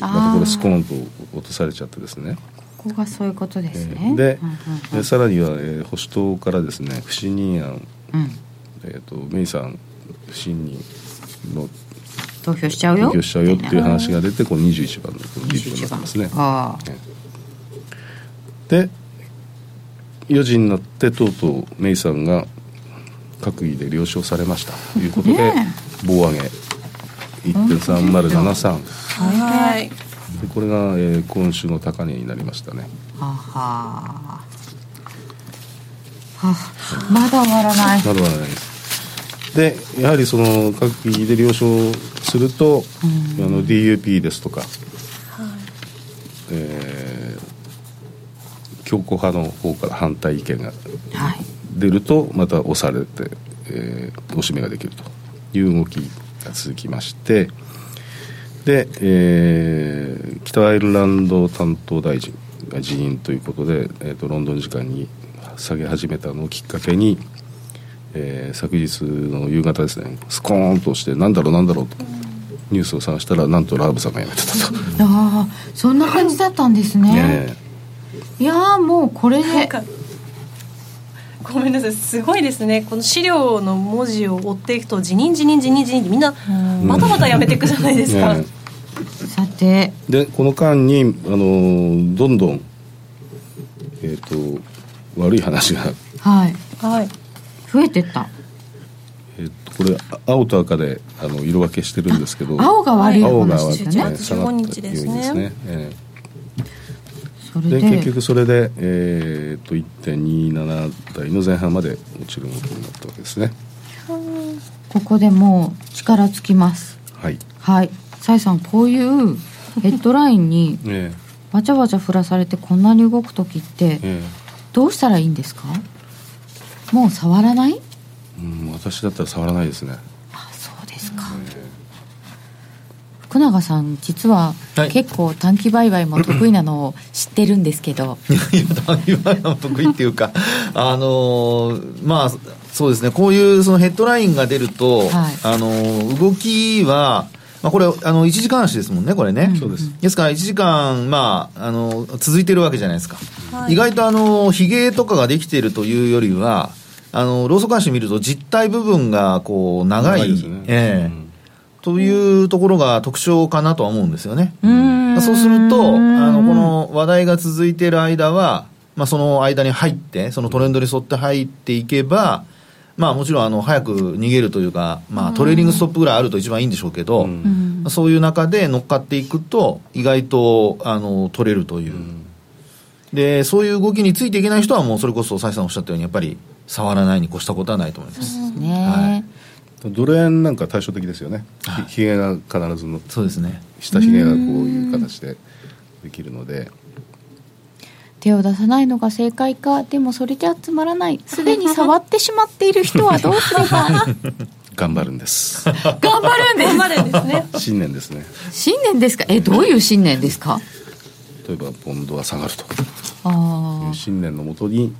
まあーたこれスコーンと落とされちゃってですねここがそういうことでえすね、ーでうんうんでさらには、えー保守党からですね不信任案、うんうんえー、とメイさん不信任の投票しちゃうよ勉強しちゃうよっていみうたいな話が出てこの21番のこのリップになってますねああで4時になってとうとうメイさんが閣議で了承されましたということで、ね棒上げ1.3073はいでこれが、えー今週の高値になりましたねはあはあはあまだ終わらないなるわけないですでやはりその閣議で了承すると、あの DUP ですとか、えー強硬派の方から反対意見がはい出るとまた押されて、えー、押し目ができるという動きが続きましてで、えー北アイルランド担当大臣が辞任ということで、えー、とロンドン時間に下げ始めたのをきっかけに、えー昨日の夕方ですねスコーンとしてなんだろうなんだろうとニュースを探したらなんとラーブさんが辞めてたと。ああそんな感じだったんですね ねいやあもうこれなんでかごめんなさいすごいですねこの資料の文字を追っていくと辞任辞任辞任辞任ってみんなまたまたやめていくじゃないですか、ねさてでこの間に、あのーどんどん、えー、と悪い話が、はいはい増えてったえーとこれあ青と赤であの色分けしてるんですけど青が悪い青が話で悪すいねよ青がね悪い下がった15日ですね要因えそえれで結で局それで、えー、と1.27台の前半まで落ちる動きになったわけですねここでもう力尽きますはい、はいサイさんこういうヘッドラインにえわちゃわちゃ振らされてこんなに動く時ってええどうしたらいいんですかもう触らないえうん、私だったら触らないですねあそうですか、福永さん実ははい結構短期売買も得意なのを知ってるんですけ ど、いや短期バイの得意っていうかあのーまあそうですねこういうそのヘッドラインが出ると、はいあのー動きは、まあ、これあの1時間足ですもんねこれね、そうですですから1時間、まあ、あのー続いてるわけじゃないですか、はい意外とあのーひげとかができているというよりはあのーローソク足見ると実体部分がこう長い長いですねええうんというところが特徴かなとは思うんですよね、うんそうすると、あの、この話題が続いている間は、まあ、その間に入って、そのトレンドに沿って入っていけば、まあ、もちろん、あの、早く逃げるというか、まあ、トレーリングストップぐらいあると一番いいんでしょうけど、ううんんまあそういう中で乗っかっていくと、意外と、あの、取れるという。で、そういう動きについていけない人は、もう、それこそ、サイさんおっしゃったように、やっぱり、触らないに越したことはないと思います。はねドル円なんか対照的ですよねひひげが必ずのそうですね。下ひげがこういう形でできるので手を出さないのが正解かでもそれじゃつまらないすでに触ってしまっている人はどうす れば頑張るんです 頑張るんです頑張るんですね新年ですね新年ですかえどういう新年ですか例えばポンドは下がるとあいう信念のもとに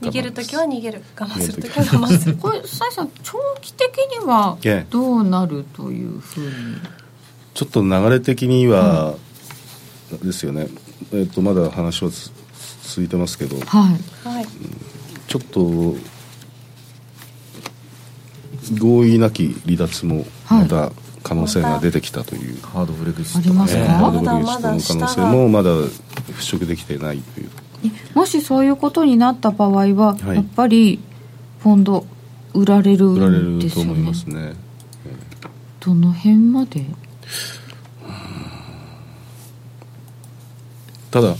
逃げるときは逃げる我慢するときは我慢するこれ崔さん長期的にはええどうなるというふうに、ちょっと流れ的には、ですよね、えっとまだ話はつ続いてますけどはいはいちょっと合意なき離脱もまた可能性が出てきたという、ハードブレグジあッりトますええかハードブレグジットの可能性もまだ払拭できてないというえもしそういうことになった場合は、はいやっぱりポンド売られる売られんでるすとよ思いねますねどの辺までただ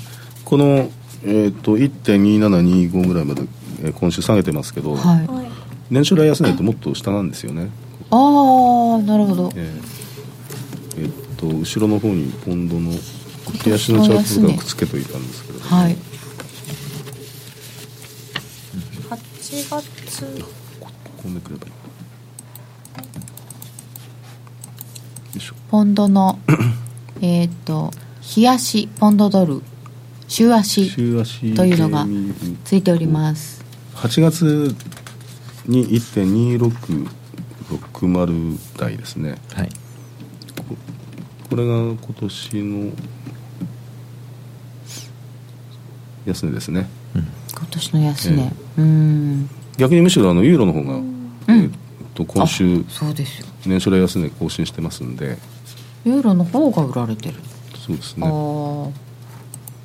この、えっと1.2725ぐらいまで、えー今週下げてますけど、はいはい年初来安値ってもっと下なんですよねああなるほど、えーえっと後ろの方にポンドの手足のチャートとかくっつけといたんですけど、はい8月こんでくればいいよいしょポンド のえーっと日足ポンドドル週足週足というのがでついております8月に1.2660台ですねはいこれが今年の安値ですね今年の安値、えうーん逆にむしろあのユーロの方が、えーっと今週あそうですよ年初来安値更新してますんでユーロの方が売られてる、そうですああねー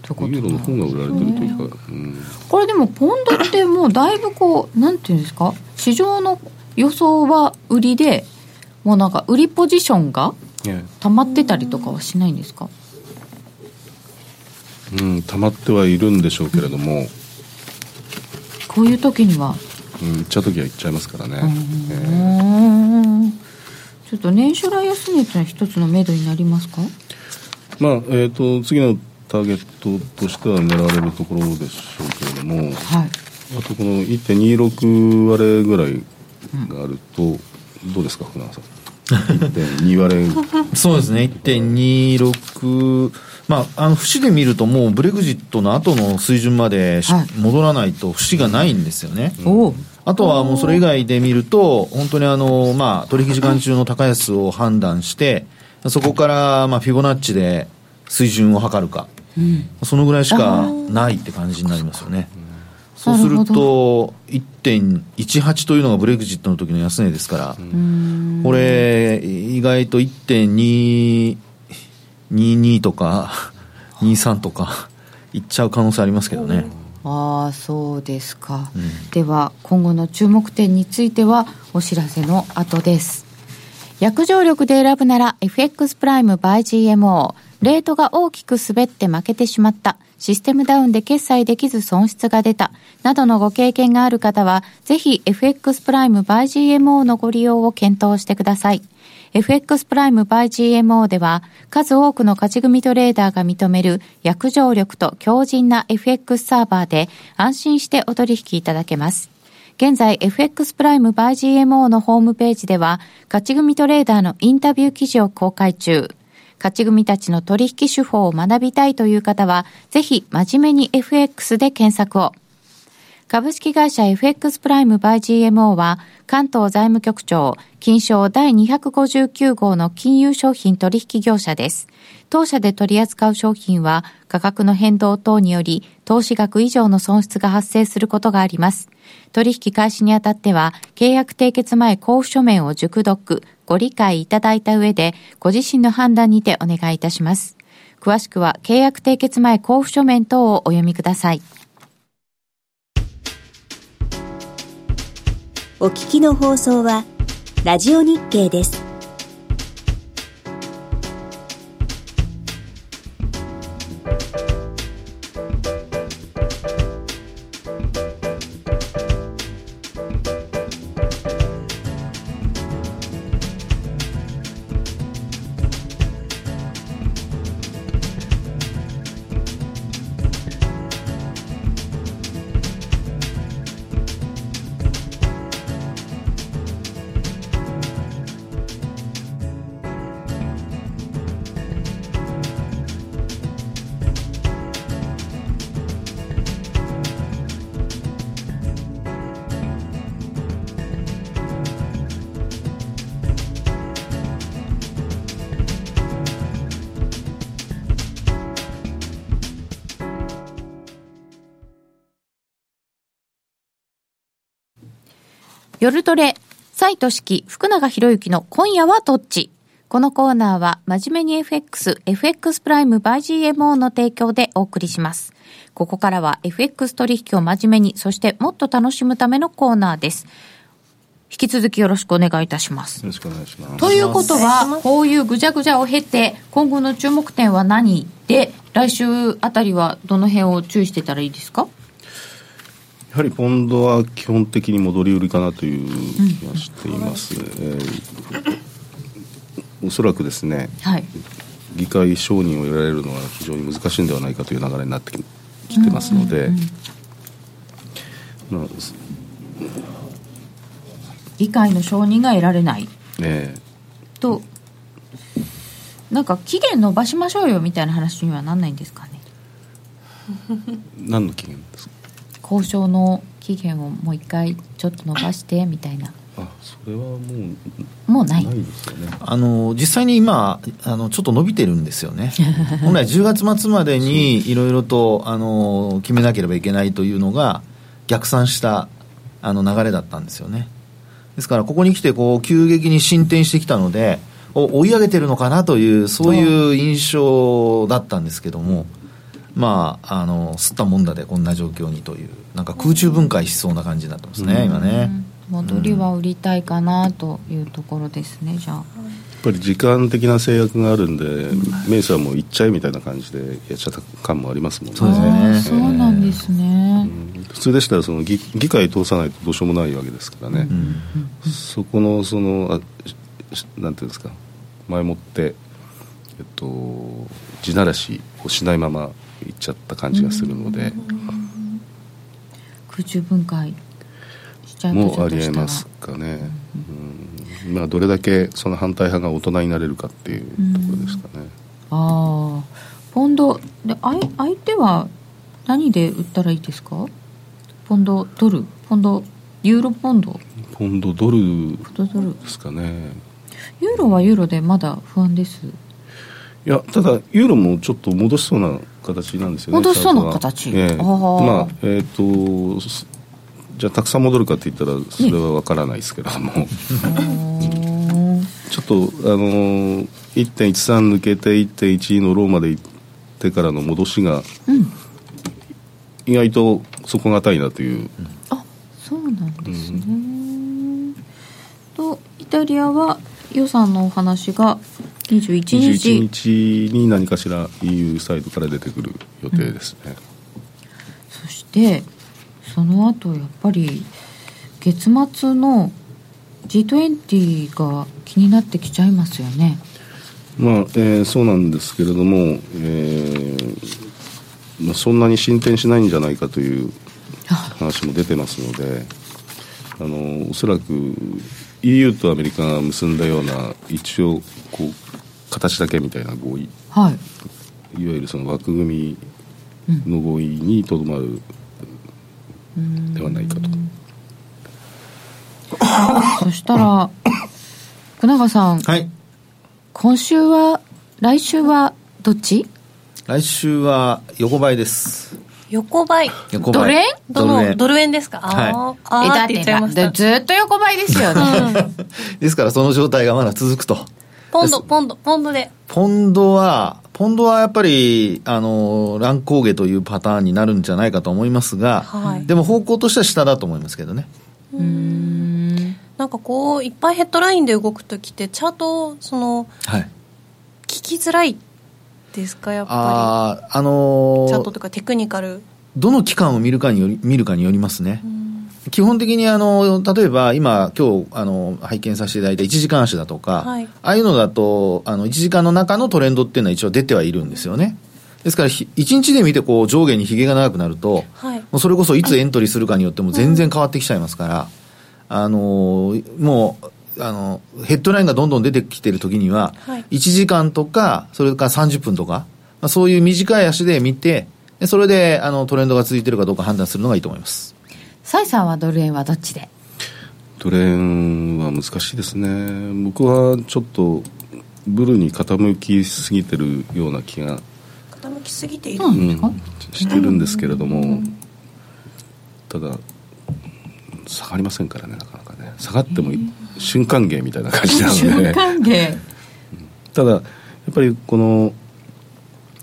ということユーロの方が売られてるというか、うんこれでもポンドってもうだいぶこうなんていうんですか市場の予想は売りでもうなんか売りポジションがえ溜まってたりとかはしないんですかえうん、溜まってはいるんでしょうけれども、こういう時にはうん、行っちゃう時は行っちゃいますからね、うええーんちょっと年初来安値っていうのは一つの目処になりますかまあえっ、と次のターゲットとしては狙われるところでしょうけれどもはいあとこの1.26割れぐらいがあると、どうですか福永さん1.2割れそうですね、1.26、まあ、あの節で見ると、もうブレグジットの後の水準までし、はい戻らないと、節がないんですよね。おおあとはもうそれ以外で見ると、本当にあの、まあ、取引時間中の高安を判断して、そこから、まあ、フィボナッチで水準を測るか、そのぐらいしかないって感じになりますよね。そうするなると、1.18というのがブレグジットの時の安値ですから、これ、意外と1.22とか、23とか、いっちゃう可能性ありますけどね。ああそうですか、では今後の注目点についてはお知らせの後です約定力で選ぶなら FX プライム by GMO レートが大きく滑って負けてしまったシステムダウンで決済できず損失が出たなどのご経験がある方はぜひ FX プライム by GMO のご利用を検討してください FX プライム by GMO では数多くの勝ち組トレーダーが認める約定力と強靭な FX サーバーで安心してお取引いただけます。現在 FX プライム by GMO のホームページでは勝ち組トレーダーのインタビュー記事を公開中。勝ち組たちの取引手法を学びたいという方はぜひ真面目に FX で検索を。株式会社 FX プライムバイ GMO は関東財務局長金賞第259号の金融商品取引業者です。当社で取り扱う商品は価格の変動等により投資額以上の損失が発生することがあります。取引開始にあたっては契約締結前交付書面を熟読、ご理解いただいた上でご自身の判断にてお願いいたします。詳しくは契約締結前交付書面等をお読みください。お聞きの放送はラジオ日経です。夜トレ、斎藤式福永博之の今夜はどっちこのコーナーは、真面目に FX、FX プライム by GMO の提供でお送りします。ここからは FX 取引を真面目に、そしてもっと楽しむためのコーナーです。引き続きよろしくお願いいたします。よろしくお願いしますということは、こういうぐじゃぐじゃを経て、今後の注目点は何で、来週あたりはどの辺を注意してたらいいですかやはりポンドは基本的に戻り売りかなという気がしています、えーおそらくですねはい。議会承認を得られるのは非常に難しいんではないかという流れになってききてますので、まあす議会の承認が得られないえと、なんか期限延ばしましょうよみたいな話にはなんないんですかね。ー何の期限ですか交渉の期限をもう一回ちょっと延ばしてみたいな。あそれはもうもうない。ないですよね、あの実際に今あの、ちょっと伸びてるんですよ ね、本来10月末までにいろいろとあの決めなければいけないというのが、逆算したあの流れだったんですよね。ですから、ここに来てこう急激に進展してきたので、お追い上げてるのかなという、そういう印象だったんですけども、まあ、あの吸ったもんだでこんな状況にという、なんか空中分解しそうな感じになってますね、今ね。戻りは売りたいかなというところですね、じゃあ。やっぱり時間的な制約があるんで、メイさんもう行っちゃえみたいな感じでやっちゃった感もありますもんね。そうですねあーそうなんですね。普通でしたらその議議会通さないとどうしようもないわけですからね、そこのそのあししなんていうんですか前もって、えっと、地ならしをしないまま行っちゃった感じがするので、空中分解しちゃうともちうょっあとりしえたらますかね、うんまあ、どれだけその反対派が大人になれるかっていうところですかね、ああポンドであい相手は何で売ったらいいですかポンドドルポンドユーロポンドポンドドルでポンドドルすかねユーロはユーロでまだ不安ですいやただユーロもちょっと戻しそうな形なんですよね戻しそうなチャートは形ええあーまあえっ、とすじゃあたくさん戻るかって言ったらそれはわからないですけれども、 あーちょっとあのー1.13抜けて1.12のローまで行ってからの戻しがうん意外と底堅いなという、あそうなんですね、とイタリアは予算のお話が21日21日に何かしら EU サイドから出てくる予定ですね、そしてその後やっぱり月末の G20 が気になってきちゃいますよね。まあえーそうなんですけれども、えーまあ、そんなに進展しないんじゃないかというあ話も出てますのであのおそらく EU とアメリカが結んだような一応こう形だけみたいな合意いわはい。ゆるその枠組みの合意にとどまるではないかと。そした ら福永さん、はい今週は来週はどっち？来週は横ばいです横ばい横ドばルい円どのドルル円ですかあーあえーだっってて言っちゃいましだたずっと横ばいですよね。円ですからその状態がまだ続くとポンドポンドポンドでポンドはポンドはやっぱりあの乱高下というパターンになるんじゃないかと思いますが、はいでも方向としては下だと思いますけどねなんかこういっぱいヘッドラインで動くときってチャートそのはい聞きづらいですかやっぱああありのチャートーとかテクニカルどの期間を見るかにより見るかによりますね、うん基本的にあの例えば今今日あの拝見させていただいた1時間足だとか、はいああいうのだとあの1時間の中のトレンドっていうのは一応出てはいるんですよねですから1日で見てこう上下にひげが長くなるとはいもうそれこそいつエントリーするかによっても全然変わってきちゃいますから、あのもうあのヘッドラインがどんどん出てきてる時には、はい1時間とかそれから30分とか、まあ、そういう短い足で見てでそれであのトレンドが続いてるかどうか判断するのがいいと思いますサイさんはドル円はどっちで？ドル円は難しいですね僕はちょっとブルに傾きすぎてるような気が傾きすぎているそうなんうですか？ん、してるんですけれども、ただ下がりませんからねなかなかねね下がっても瞬間芸みたいな感じなの瞬で間芸ただやっぱりこの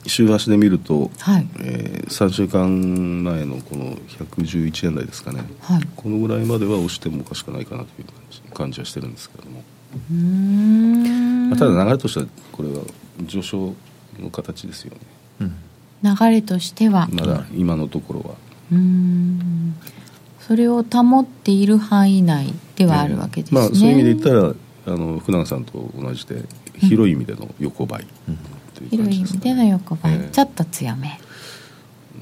週足で見ると、はいえー、3週間前のこの111円台ですかね、はいこのぐらいまでは押してもおかしくないかなという感じ感じはしてるんですけれども、うーんまあただ流れとしてはこれは上昇の形ですよねうん流れとしてはまだ今のところはうーんそれを保っている範囲内ではあるわけですね、まあ、そういう意味で言ったらあの福永さんと同じで広い意味での横ばいという感広いじ意です味かでね、の横ばい、ええちょっと強め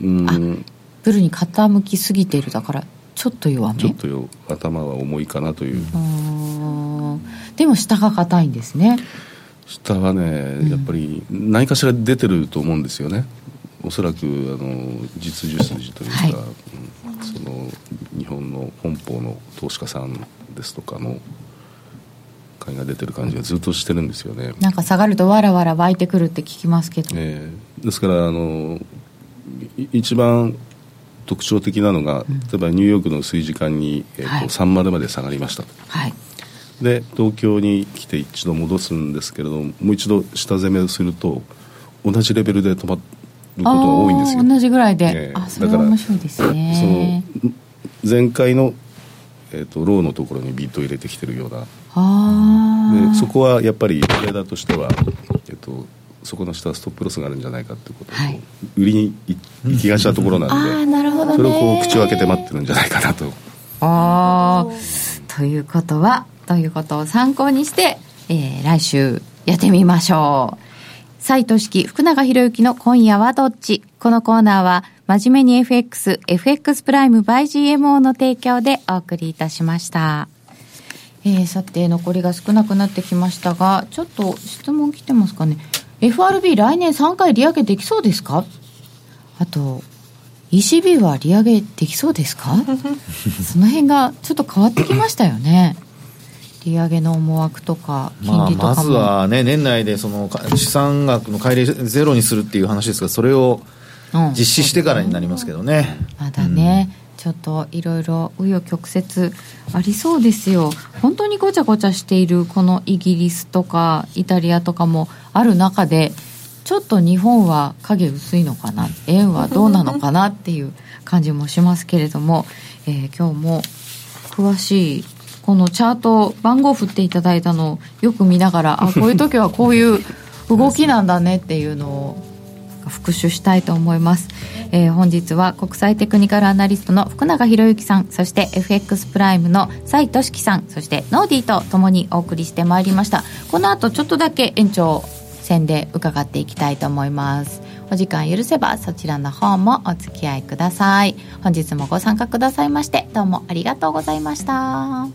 うんブルに傾きすぎているだからちょっと弱めちょっとよ頭は重いかなといううーんでも下が硬いんですね下はねやっぱり何かしら出てると思うんですよねおそらくあの実需筋というか、はいうんその日本の本邦の投資家さんですとかの買いが出てる感じがずっとしてるんですよね、なんか下がるとわらわら湧いてくるって聞きますけど、えーですからあのい一番特徴的なのが、例えばニューヨークの薄い時間に、えーとはい30まで下がりましたとはいで東京に来て一度戻すんですけれどももう一度下攻めをすると同じレベルで止まることが多いんですよあー同じぐらいで、ええあそれだはから面白いですねその前回の、えー、とローのところにビートを入れてきてるようなあーでそこはやっぱりトレーダーとしては、えっと、そこの下はストップロスがあるんじゃないかってことを、はい売りに行きがちなところあなーんでなるほどねそれをこう口を開けて待ってるんじゃないかなとあーということはということを参考にして、えー来週やってみましょう斉藤式福永博之の今夜はどっちこのコーナーは真面目に FXFX プライム by GMO の提供でお送りいたしましたえーさて残りが少なくなってきましたがちょっと質問来てますかね FRB 来年3回利上げできそうですかあと ECB は利上げできそうです かその辺がちょっと変わってきましたよね利上げの思惑とか金まあ、利とかも、まずはね、年内でそのか資産額の乖離ゼロにするっていう話ですが、それをうん実施してからになりますけどね。まだね、ちょっといろいろ紆余曲折ありそうですよ本当にごちゃごちゃしているこのイギリスとかイタリアとかもある中でちょっと日本は影薄いのかな円はどうなのかなっていう感じもしますけれども、えー今日も詳しいこのチャート番号振っていただいたのをよく見ながらあこういう時はこういう動きなんだねっていうのを復習したいと思います、えー本日は国際テクニカルアナリストの福永博之さんそして FX プライムの斉俊樹さんそしてノーディーと共にお送りしてまいりましたこの後ちょっとだけ延長戦で伺っていきたいと思いますお時間許せばそちらの方もお付き合いください本日もご参加くださいましてどうもありがとうございました